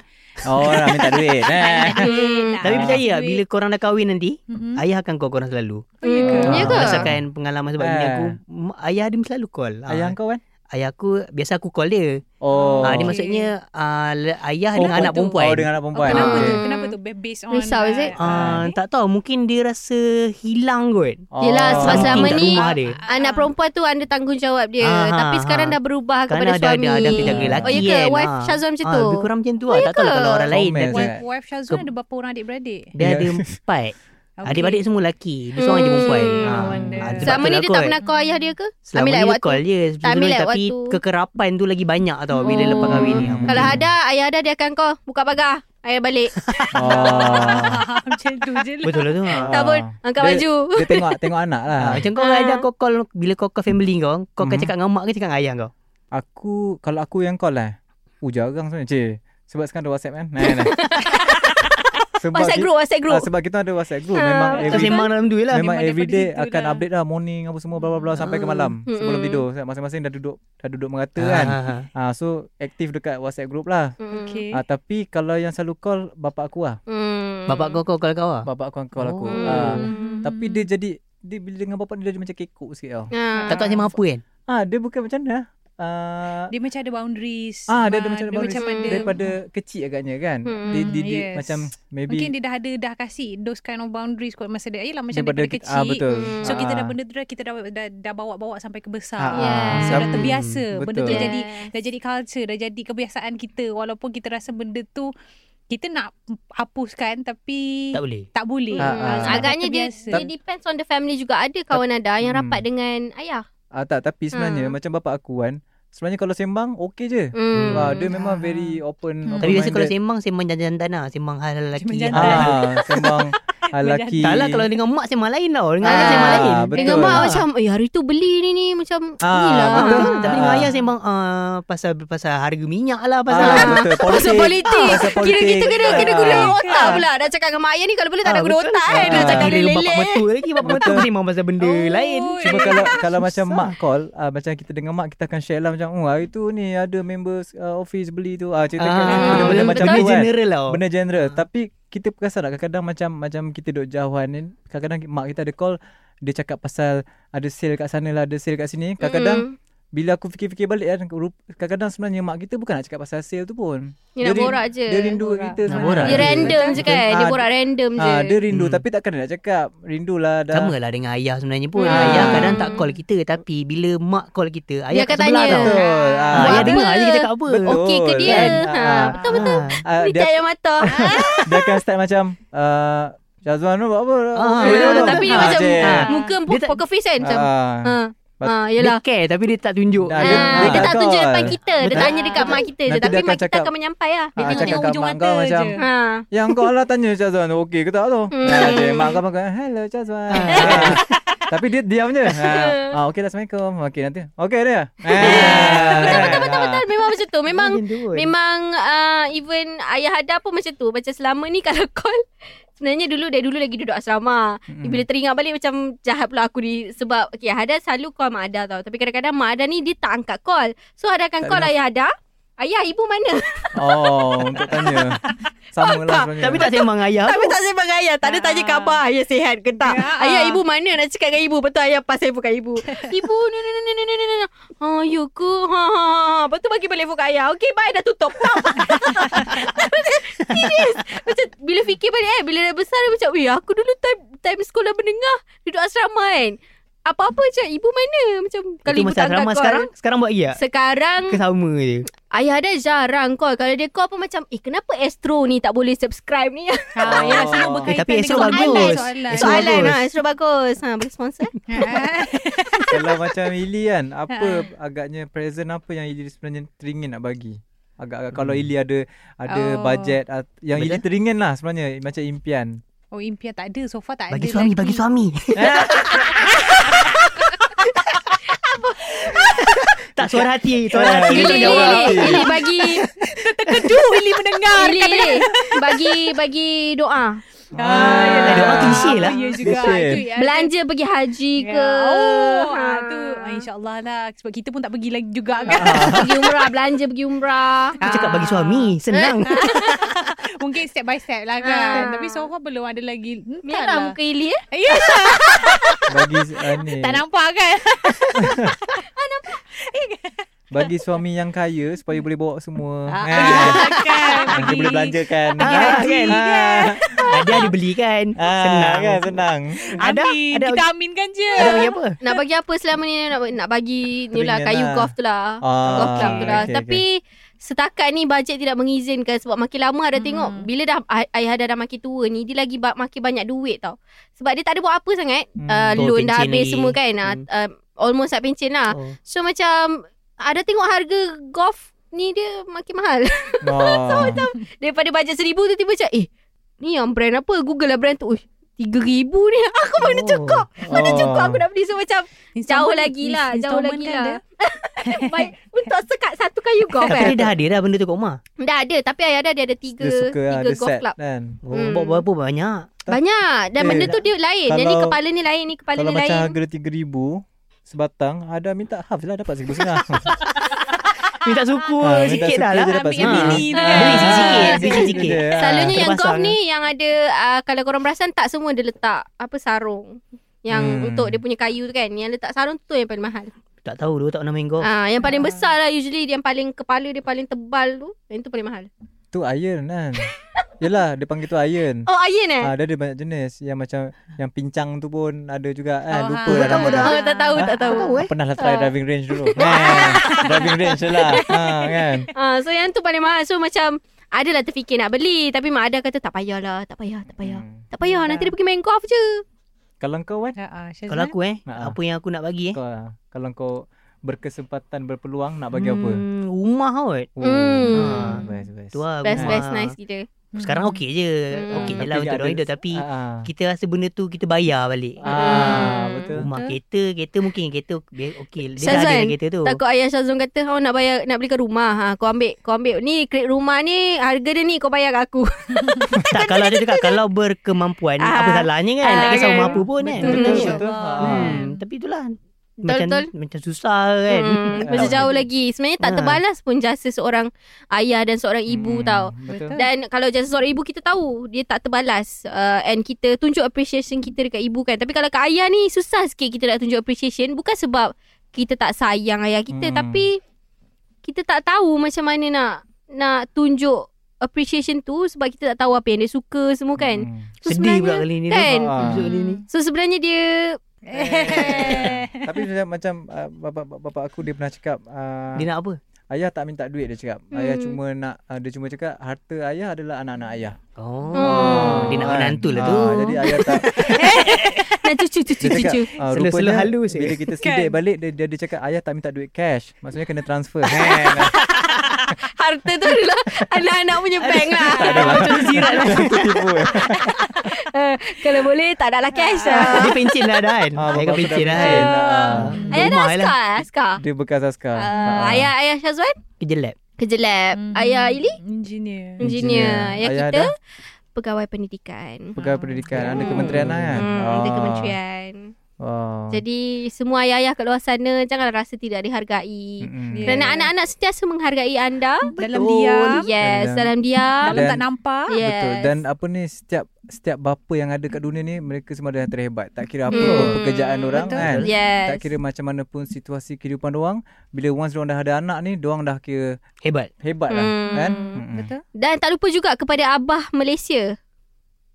S4: Oh, nak minta duit. Eh.
S2: Hmm.
S3: Tak.
S5: Tapi percaya tak
S3: Duit.
S5: bila Ah, korang dah kahwin nanti,
S3: Mhm.
S5: ayah akan call korang selalu.
S3: Oh, ya ke?
S2: Hmm, ya
S5: Ah,
S2: ke?
S5: Berdasarkan pengalaman sebab bini
S4: Eh.
S5: aku, m- ayah dia selalu call. Ah,
S4: Ayah kau kan?
S5: ayah aku biasa aku call dia.
S4: Oh.
S5: Ah, dia
S3: Okay.
S5: maksudnya ah, le- ayah
S4: Oh,
S5: dengan anak
S3: betul.
S5: perempuan.
S4: Oh, dengan anak
S3: Oh,
S4: perempuan.
S3: kenapa
S2: Ah.
S3: tu?
S4: Okay.
S3: Kenapa tu? Ba- Based on
S2: Risau, is it?
S3: ah,
S5: Ah, tak tahu mungkin dia rasa hilang kot.
S2: Yelah,
S4: Oh.
S2: sebab
S5: Something
S2: selama
S5: kat
S2: ni-
S5: rumah dia.
S2: Anak perempuan tu ada tanggungjawab dia.
S5: Ah, ha,
S2: Tapi sekarang
S5: ha.
S2: dah berubah
S5: Kerana
S2: kepada
S5: ada
S2: suami.
S5: ada ada penjaga lelaki
S2: oh ya ke?
S5: kan.
S2: Wife
S5: Ah.
S2: Syazwan macam
S5: Ah,
S2: tu.
S5: lebih kurang macam tu
S2: Oh,
S5: lah.
S2: ya
S5: Tak tahu lah
S2: ke?
S5: kalau orang lain.
S4: Comel
S5: Tapi
S4: sangat.
S3: Wife, wife Syazwan ada berapa orang adik-beradik?
S5: dia
S4: Ya.
S5: ada empat.
S3: Okay.
S5: Adik-adik semua lelaki. Dia seorang je
S2: Hmm.
S5: perempuan.
S2: No
S5: Ah,
S3: wonder.
S5: ah, sebab
S2: Selama ni
S5: tu lah
S2: dia tak
S5: kot.
S2: pernah call ayah dia ke?
S5: Selama
S2: ambil like
S5: ni dia
S2: waktu-
S5: call je
S2: tak ambil
S5: sebelum ni
S2: like
S5: tapi
S2: waktu-
S5: kekerapan tu lagi banyak tau bila
S2: Oh.
S5: lepas kahwin ni. Ah,
S4: Kalau
S2: Kalau
S5: mungkin.
S2: ada, ayah ada dia akan call. Buka pagar. Ayah balik.
S4: Oh.
S3: Macam tu je lah.
S5: Betul lah tu. ah.
S2: tak pun. Angkat
S4: Dia-
S2: baju.
S4: Dia tengok tengok anak lah.
S5: Ah, macam kau
S2: Ah.
S5: ada kau call bila kau call family kau, kau akan
S4: Mhm.
S5: cakap dengan mak ke cakap dengan ayah kau?
S4: Aku kalau aku yang call lah. Oh jarang sebenarnya. Cik. Sebab sekarang ada WhatsApp kan. Nah, nah. sebab
S2: WhatsApp
S4: ki-
S2: group, WhatsApp group.
S4: Ah, sebab kita ada WhatsApp group memang
S2: Ah,
S5: Kau
S4: every,
S5: sembang dalam tu je lah.
S3: memang
S4: memang every
S3: daripada
S4: day
S3: situ
S4: akan
S3: dah. Hmm.
S4: update dah morning apa semua bla bla bla sampai ke
S5: Ah.
S4: malam sebelum
S2: Mm-mm.
S4: tidur. Masing-masing dah duduk dah duduk merata kan.
S5: Ah,
S2: Hmm.
S5: ah,
S4: Ah so aktif dekat WhatsApp group lah.
S2: Mm.
S3: Okay.
S4: Ah tapi kalau yang selalu call bapak aku lah.
S2: Hmm.
S5: ah. Bapak kau kau call kau ah.
S4: Bapak aku yang call aku.
S5: Oh.
S4: Ah
S3: Hmm.
S4: tapi dia jadi dia bila dengan bapak dia jadi macam kekok sikit tau.
S2: Ha.
S5: Tak tahu sembang apa kan?
S4: Ah dia bukan macam mana? Ah
S3: Dia macam ada boundaries.
S4: Ah, dia ada
S3: Ah,
S4: macam ada
S3: dia
S4: boundaries.
S3: macam ada
S4: daripada kecil agaknya kan.
S2: Mm-mm.
S4: Dia, dia, dia
S3: Hmm, Yes.
S4: macam maybe
S3: Mungkin dia dah ada dah kasih those kind of boundaries kot masa dia. Yelah macam
S4: daripada
S3: daripada,
S4: ke-
S3: kecil.
S4: Ah betul.
S2: Mm.
S3: So kita dah
S4: Ah.
S3: benda tu dah kita dah dah, dah bawa-bawa sampai ke besar.
S4: Ah,
S2: Yeah.
S3: So dah
S4: Sam-
S3: terbiasa. Benda tu
S4: betul.
S3: jadi dah jadi culture, dah jadi kebiasaan kita walaupun kita rasa benda tu kita nak hapuskan tapi
S5: Tak boleh.
S3: tak boleh. Ah,
S4: Ah, ah.
S3: sebab dah
S2: Agaknya dia,
S3: terbiasa.
S2: dia depends on the family juga. Ada kawan ada yang
S4: Hmm.
S2: rapat dengan ayah.
S4: Ah tak tapi sebenarnya
S3: Hmm.
S2: Ha.
S4: macam bapak aku kan sebenarnya kalau sembang okey je.
S2: Hmm.
S4: Ah, dia memang
S3: Ah.
S4: very open
S3: Hmm.
S4: open
S5: Tapi biasa kalau
S4: minded.
S5: sembang sembang jantan-jantan lah, sembang hal lelaki.
S3: Sembang jantan.
S5: Ah.
S4: ah sembang ah, laki.
S5: Tak lah kalau dengan mak saya malain tau. Dengan ayah
S2: Ah,
S5: saya malain.
S4: betul. lah.
S2: Dengan mak
S5: Ah.
S2: macam Eh hari tu beli ni ni Macam
S4: Ah,
S2: Inilah
S4: betul.
S5: Ah, Tapi dengan
S4: Ah.
S5: ayah saya bang ah, pasal pasal harga minyak lah pasal.
S4: Ah, betul.
S2: Pasal politik.
S4: Pasal politik.
S2: Kira kita kena kena
S4: Ah.
S2: guna otak pula. Dah cakap dengan mak ayah ni kalau boleh tak
S5: Ah,
S2: ada guna
S5: betul.
S2: otak kan. Dah
S4: Ah.
S2: cakap
S5: Kira bapak
S2: leleh.
S5: mertua lagi bapak mertua
S4: Betul.
S5: mesti memang pasal benda
S3: Oh.
S5: lain.
S4: Cuma kalau kalau macam
S5: Susah.
S4: mak call, uh, macam kita dengan mak kita akan share lah macam, "Oh, hari tu ni ada member uh, office beli tu." Ah, cerita
S5: Ah,
S4: benda-benda
S5: betul.
S4: macam
S5: Benda
S4: tu kan.
S5: general Ah. tau.
S4: Benda general. Tapi kita perasan tak kadang-kadang macam macam kita duduk jauhan ni, kadang-kadang mak kita ada call, dia cakap pasal ada sale kat sana lah, ada sale kat sini. Kadang-kadang
S2: Hmm.
S4: bila aku fikir-fikir balik kan rup- kadang-kadang sebenarnya mak kita bukan nak cakap pasal sale tu pun
S2: Dia nak
S4: rin-
S2: borak je.
S4: dia rindu
S3: Borak.
S4: kita
S5: Nak
S4: sebenarnya.
S5: borak
S2: Dia
S5: je.
S2: random je kan. Dia
S4: Ah,
S2: borak random je.
S4: ah, dia rindu
S5: Hmm.
S4: tapi takkan dia nak cakap rindulah dah
S5: Sama lah dengan ayah sebenarnya pun.
S2: Hmm.
S5: Ayah kadang tak call kita tapi bila mak call kita, ayah
S2: akan
S5: kat sebelah
S2: tanya.
S5: tau.
S4: betul ah,
S5: Ah,
S2: Buat
S5: ayah
S2: apa?
S5: dengar je kita cakap apa.
S4: Betul.
S2: Okey ke dia?
S4: kan?
S2: Ha,
S4: Ah.
S2: betul betul.
S5: Ah.
S4: Ah,
S2: Ni
S4: dia, Ah,
S2: cahaya mata.
S4: dia akan start macam uh, Syazwan tu buat apa
S5: Ah,
S4: Eh,
S5: betul.
S4: apa?
S2: Tapi dia
S4: Ah,
S2: macam
S4: je.
S5: ah,
S2: muka
S5: Dia tak-
S2: poker face kan macam.
S4: Ah.
S2: Ha.
S4: But-
S2: Ha,
S5: Dia
S2: yalah.
S5: care tapi dia tak tunjuk.
S4: Ah,
S2: Ah,
S4: dia- dia
S2: dia
S4: tak
S2: tak tunjuk
S4: call.
S2: depan kita. Dia
S5: Betul.
S2: tanya dekat mak kita je.
S4: Nanti dia
S2: Tapi
S4: akan
S2: mak kita
S4: cakap-
S2: akan menyampai lah.
S4: Ah,
S3: tengok
S4: cakap kat
S3: hujung
S4: mak
S3: mata
S4: kau macam
S3: je.
S2: Ha.
S4: Yang kau lah tanya Syazwan Okey ke tak tu
S2: Hmm.
S4: Ah, je. Mak kau makan Hello Syazwan Ah. Tapi dia diam je ah, ah, Okey lah Assalamualaikum Okey nanti Okey dia Betul betul betul
S2: Betul, Memang macam tu. Memang
S5: memang
S2: Memang uh, even ayah Hada pun macam tu. Macam selama ni kalau call sebenarnya dulu dari dulu lagi duduk asrama.
S4: Mm-mm.
S2: Mm-hmm. Bila teringat balik macam jahat pula aku ni sebab okay, Hada selalu call Mak Hada tau. Tapi kadang-kadang Mak Hada ni dia tak angkat call. So Hada akan
S4: Tak
S2: call
S4: dengar.
S2: ayah Hada. Ayah ibu mana?
S4: Oh Untuk tanya Sama lah sebenarnya
S5: tapi tak sembang ayah.
S2: Tapi tak sembang ayah. Tak ada
S5: Ah.
S2: tanya khabar ayah sihat ke tak.
S3: Ya.
S2: Ayah ibu mana nak cakap dengan ibu. Betul ayah pasal bukan ibu. ibu no no no no no no no, no. Ha you ke. Ha ha ha. Lepas tu bagi balik phone kat ayah. Okay bye dah tutup. Serius. Macam bila fikir balik eh. Bila dah besar dia macam. Weh aku dulu time, time sekolah menengah. Duduk asrama kan. Apa-apa macam ibu mana. Macam kalau Hmm.
S5: Itu
S2: ibu
S5: masa
S2: tak
S5: asrama
S2: angkat
S5: sekarang
S2: call.
S5: sekarang buat iya.
S2: Sekarang
S5: Ke sama je.
S2: ayah dia jarang call. Kalau dia call pun macam. Eh kenapa Astro ni tak boleh subscribe ni.
S3: Ha, ya, semua
S4: Eh,
S3: berkaitan
S5: tapi
S3: dengan
S5: esok
S3: soalan,
S5: bagus.
S3: Soalan.
S5: Esok
S3: Soalan.
S2: Soalan
S5: bagus.
S2: lah Astro bagus ha, Boleh sponsor
S4: Kalau macam Ili kan Apa agaknya Present apa yang Ili sebenarnya Teringin nak bagi Agak-agak kalau Ili ada Ada
S3: Oh.
S4: Hmm. budget at- Yang
S5: Betul.
S4: Ili teringin lah sebenarnya Macam impian
S3: Oh, impian tak ada. So far tak
S5: Bagi
S3: ada.
S5: suami,
S3: lagi.
S5: bagi suami. Tak suara hati, suara hati.
S4: Ili,
S2: Ili
S4: jawab.
S2: Ili bagi
S3: Oh,
S2: Terkedu Ili mendengar Ili Bagi Bagi doa
S3: Ah,
S5: yelah. Ada orang cliche lah.
S3: Ya juga.
S4: Cliche.
S3: Itu yang-
S2: Belanja pergi haji
S3: Ya.
S2: ke
S3: Oh,
S2: Ha.
S3: ha, tu. Ah, InsyaAllah lah. Sebab kita pun tak pergi lagi juga
S5: Ah.
S3: kan.
S2: Pergi umrah Belanja pergi umrah
S5: Aku cakap bagi suami, senang.
S3: Mungkin step by step lah
S2: Ah.
S3: kan. Tapi so far belum ada lagi.
S2: Merah
S3: Entahlah.
S2: muka Ili eh
S3: Ya,
S4: Bagi uh, ni,
S3: tak nampak kan?
S4: Bagi suami yang kaya Supaya boleh bawa semua
S3: Ah,
S4: Ah.
S3: kan.
S4: Dia boleh belanjakan
S5: Pergi haji
S4: kan
S5: Ada ada beli kan.
S4: Ah,
S5: Senang.
S4: kan senang
S5: Ada
S3: Amin.
S5: ada
S3: kita aminkan je.
S5: ada bagi apa?
S2: Nak bagi apa selama ni Nak, nak bagi Ni lah
S4: Teringin
S2: kayu
S4: lah.
S2: golf tu lah
S4: Ah,
S2: Golf club tu lah
S4: okey, okey.
S2: Tapi Setakat ni bajet tidak mengizinkan Sebab makin lama ada tengok Bila dah ay- Ayah dah, dah makin tua ni Dia lagi ba- makin banyak duit tau Sebab dia tak ada buat apa sangat
S4: Hmm.
S2: uh,
S5: Betul,
S2: Loan dah
S5: pencen
S2: habis
S5: lagi.
S2: semua kan Ah,
S5: Hmm.
S2: uh, Almost nak pencen lah
S5: Oh.
S2: So macam Ada tengok harga golf ni dia makin mahal
S4: oh.
S2: Daripada bajet seribu tu tiba macam Eh ni yang brand apa Google lah brand tu Uih, Tiga ribu ni Aku mana
S5: Oh.
S2: cukup Mana cukup aku nak beli So macam
S3: Installment-
S2: Jauh lagi lah Jauh
S3: installment
S2: lagi
S3: kan
S2: lah Baik, Untuk sekat satu kayu golf
S5: Tapi
S2: eh.
S5: dia dah ada dah benda tu kat rumah.
S2: Dah ada Tapi ayah ada Dia ada tiga
S4: Dia suka lah
S2: Tiga
S4: Dia
S2: golf
S4: set
S2: club
S4: kan
S5: Oh,
S2: Hmm.
S5: Bawa berapa banyak?
S2: Banyak Dan
S4: Eh,
S2: benda tu dia lain Yang ni
S4: kalau-
S2: kepala ni lain Ni kepala
S4: Kalau
S2: ni
S4: macam
S2: lain
S4: harga RM3,000 Sebatang Ada minta half je lah Dapat RM1,500
S5: Minta suku
S4: Ah, minta
S5: sikit dah
S4: suku
S5: lah.
S4: je dapat
S3: Ambil yang
S5: semua.
S3: mini tu
S2: Ah.
S3: kan.
S5: Beli sikit-sikit,
S3: Ah,
S5: beli sikit-sikit.
S4: je. Ah.
S2: Selalunya yang
S5: Terpasang.
S2: golf ni Yang ada uh, Kalau korang perasan Tak semua dia letak Apa sarung Yang
S4: Hmm.
S2: untuk dia punya kayu tu kan Yang letak sarung tu, tu yang paling mahal
S5: Tak tahu dulu tak pernah main
S4: Oh.
S5: golf.
S2: Ah, Yang paling besar lah Usually yang paling Kepala dia paling tebal tu Yang tu paling mahal
S4: Tu iron kan Yelah Dia panggil tu iron
S2: Oh iron eh
S4: Ah, dia ada banyak jenis yang macam yang pincang tu pun ada juga kan.
S3: Oh,
S4: Lupa
S3: ha.
S4: dah
S5: Tahu
S4: nama dia.
S5: dah.
S2: Oh, tak tahu, tak tahu.
S5: tahu, eh?
S4: Pernah lah try driving range dulu. Kan. driving range je lah. Ha, kan.
S2: Ah, so yang tu paling mahal. So macam adalah terfikir nak beli tapi mak ada kata tak payahlah, tak payah, tak payah.
S4: Hmm.
S2: Tak payah nanti dia pergi main golf je.
S4: Kalau kau kan?
S3: Ah, ah, Syazwan.
S5: Kalau aku eh,
S4: Ah.
S5: apa yang aku nak bagi eh?
S4: Kau, ah, kalau kau berkesempatan berpeluang nak bagi apa?
S5: Hmm, rumah kot.
S4: Oh,
S2: Hmm.
S4: best, best.
S5: Tu lah
S2: Best
S5: rumah.
S2: best nice gila.
S5: Sekarang okey je.
S2: Hmm.
S5: Okey je
S4: Tapi
S5: lah untuk
S4: ada-
S5: orang hidup tapi
S4: Ah,
S5: kita rasa benda tu kita bayar balik.
S4: ah betul.
S5: Rumah kereta, kereta mungkin kereta be- okey. Dia dah ada
S2: Syazwan,
S5: lah kereta tu.
S4: Oh.
S2: Takut ayah Syazwan kata Kau nak bayar Nak belikan rumah ha, Kau ambil Kau ambil Ni kredit rumah ni Harga dia ni Kau bayar kat aku
S5: Tak kalau dia cakap kalau berkemampuan
S2: kan Ah.
S5: apa salahnya kan?
S2: Ah,
S5: Nak kisah
S2: kan.
S5: rumah apa pun kan.
S4: Betul.
S5: Betul.
S4: Betul.
S3: Betul.
S4: Ah.
S5: Hmm, tapi itulah. Macam
S2: betul.
S5: macam susah kan.
S2: hmm, Masa jauh lagi Sebenarnya tak
S5: Ha.
S2: terbalas pun Jasa seorang ayah Dan seorang ibu
S4: Hmm,
S2: tau
S4: Betul.
S2: Dan kalau jasa seorang ibu Kita tahu Dia tak terbalas uh, And kita tunjuk appreciation kita Dekat ibu kan Tapi kalau kat ayah ni Susah sikit kita nak tunjuk appreciation Bukan sebab Kita tak sayang ayah kita
S4: Hmm.
S2: Tapi Kita tak tahu macam mana nak Nak tunjuk Appreciation tu Sebab kita tak tahu apa yang dia suka semua kan
S4: Hmm.
S2: So
S5: Sedih
S2: sebenarnya-
S5: pula kali ni. tu.
S2: Kan
S4: Ah.
S5: Episod kali ni.
S2: So sebenarnya dia
S3: Eh.
S4: Tapi macam macam ah, bapa bapa aku dia pernah cakap ah,
S5: Dia nak apa?
S4: ayah tak minta duit dia cakap. Ayah
S2: Hmm.
S4: cuma nak ah, dia cuma cakap harta ayah adalah anak-anak ayah.
S5: Oh,
S2: Oh.
S5: dia nak
S4: Kan?
S5: menantu lah
S4: Ah,
S5: tu.
S4: Jadi ayah tak
S2: Nak cucu cucu
S4: Dia cakap
S2: cucu
S4: ah,
S5: Selalu- selalu
S4: Rupanya
S5: halus je.
S4: Bila kita
S2: Kan?
S4: sidik balik dia, dia, dia cakap ayah tak minta duit cash Maksudnya kena transfer
S5: Kan?
S2: Harta tu adalah Anak-anak punya bank lah
S5: Macam zirat lah.
S4: Itu tipu eh.
S2: Eh, Kalau boleh tak nak lah cash lah
S5: Dia pencin lah kan.
S4: Ah, bapak
S5: Ayah kan
S4: aku dah
S5: pencin lah
S4: pencin.
S5: kan.
S4: Ah.
S2: Ayah dah
S5: Rumah lah.
S2: askar Askar
S4: Dia bekas askar
S2: Uh,
S4: Ah.
S2: ayah ayah Syazwan
S5: Kerja lab.
S2: kerja lab.
S3: Hmm.
S2: Mm. Ayah Ili
S3: Engineer.
S2: engineer. Ayah,
S4: Ayah
S2: kita
S4: ada?
S2: pegawai pendidikan.
S4: Pegawai pendidikan Anda
S2: Hmm.
S4: kementerian lah kan
S2: Hmm, ada
S4: Ah.
S2: kementerian.
S4: Ah.
S2: Jadi semua ayah-ayah kat luar sana janganlah rasa tidak dihargai.
S4: Mm-mm.
S3: Yeah.
S2: Kerana anak-anak sentiasa menghargai anda.
S3: Dalam
S5: Betul.
S3: diam.
S2: Yes,
S4: Dalam-
S2: dalam diam.
S4: Dan-
S3: Dalam tak nampak.
S2: yes.
S4: Betul Dan apa ni Setiap setiap bapa yang ada kat dunia ni Mereka semua adalah terhebat Tak kira apa
S2: Hmm.
S4: pun pekerjaan orang
S3: Betul.
S4: kan
S2: Yes.
S4: Tak kira macam mana pun situasi kehidupan orang Bila once orang dah ada anak ni Diorang dah kira
S5: Hebat.
S4: hebat lah
S2: Hmm.
S4: kan Mm-mm.
S3: Betul.
S2: Dan tak lupa juga kepada Abah Malaysia.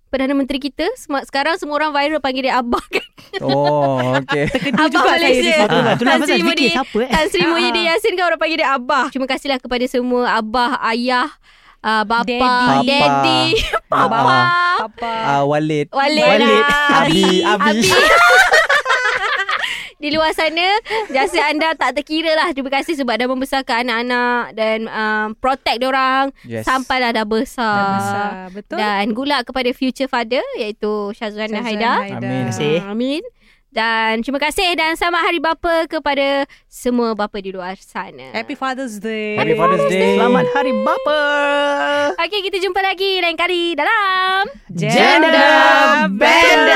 S2: Perdana Menteri kita sem- sekarang semua orang viral panggil dia Abah kan.
S4: Oh okay
S3: Terkejut
S2: Abang
S3: juga saya
S2: Malaysia.
S3: ni.
S2: Ah,
S5: Ah, itulah pasal
S2: Azim
S5: fikir
S2: Udi.
S5: siapa eh.
S2: Tan Sri
S3: Ah.
S2: Muhyiddin Yassin kan orang panggil dia Abah. Terima kasihlah kepada semua Abah, Ayah, uh, Bapa,
S3: Daddy.
S2: Daddy, Daddy Papa,
S4: Ah,
S3: Apa?
S4: ah, Walid
S2: Walid,
S5: Walid,
S2: ah,
S4: Abi,
S2: Abi.
S4: Abi.
S2: Di luar sana Jasa anda tak terkira lah Terima kasih sebab dah membesarkan anak-anak Dan um, protect diorang
S4: Yes.
S2: Sampailah dah besar,
S3: Dah besar.
S4: Ah,
S3: Betul.
S2: Dan good luck kepada future father Iaitu Syazwan dan Haida
S4: Amin.
S5: Terima kasih.
S2: Amin Dan terima kasih Dan selamat hari bapa Kepada semua bapa di luar sana
S3: Happy Father's Day.
S4: Happy Father's Day.
S5: Selamat Hari Bapa.
S2: Okey kita jumpa lagi lain kali dalam
S5: Gender Bender.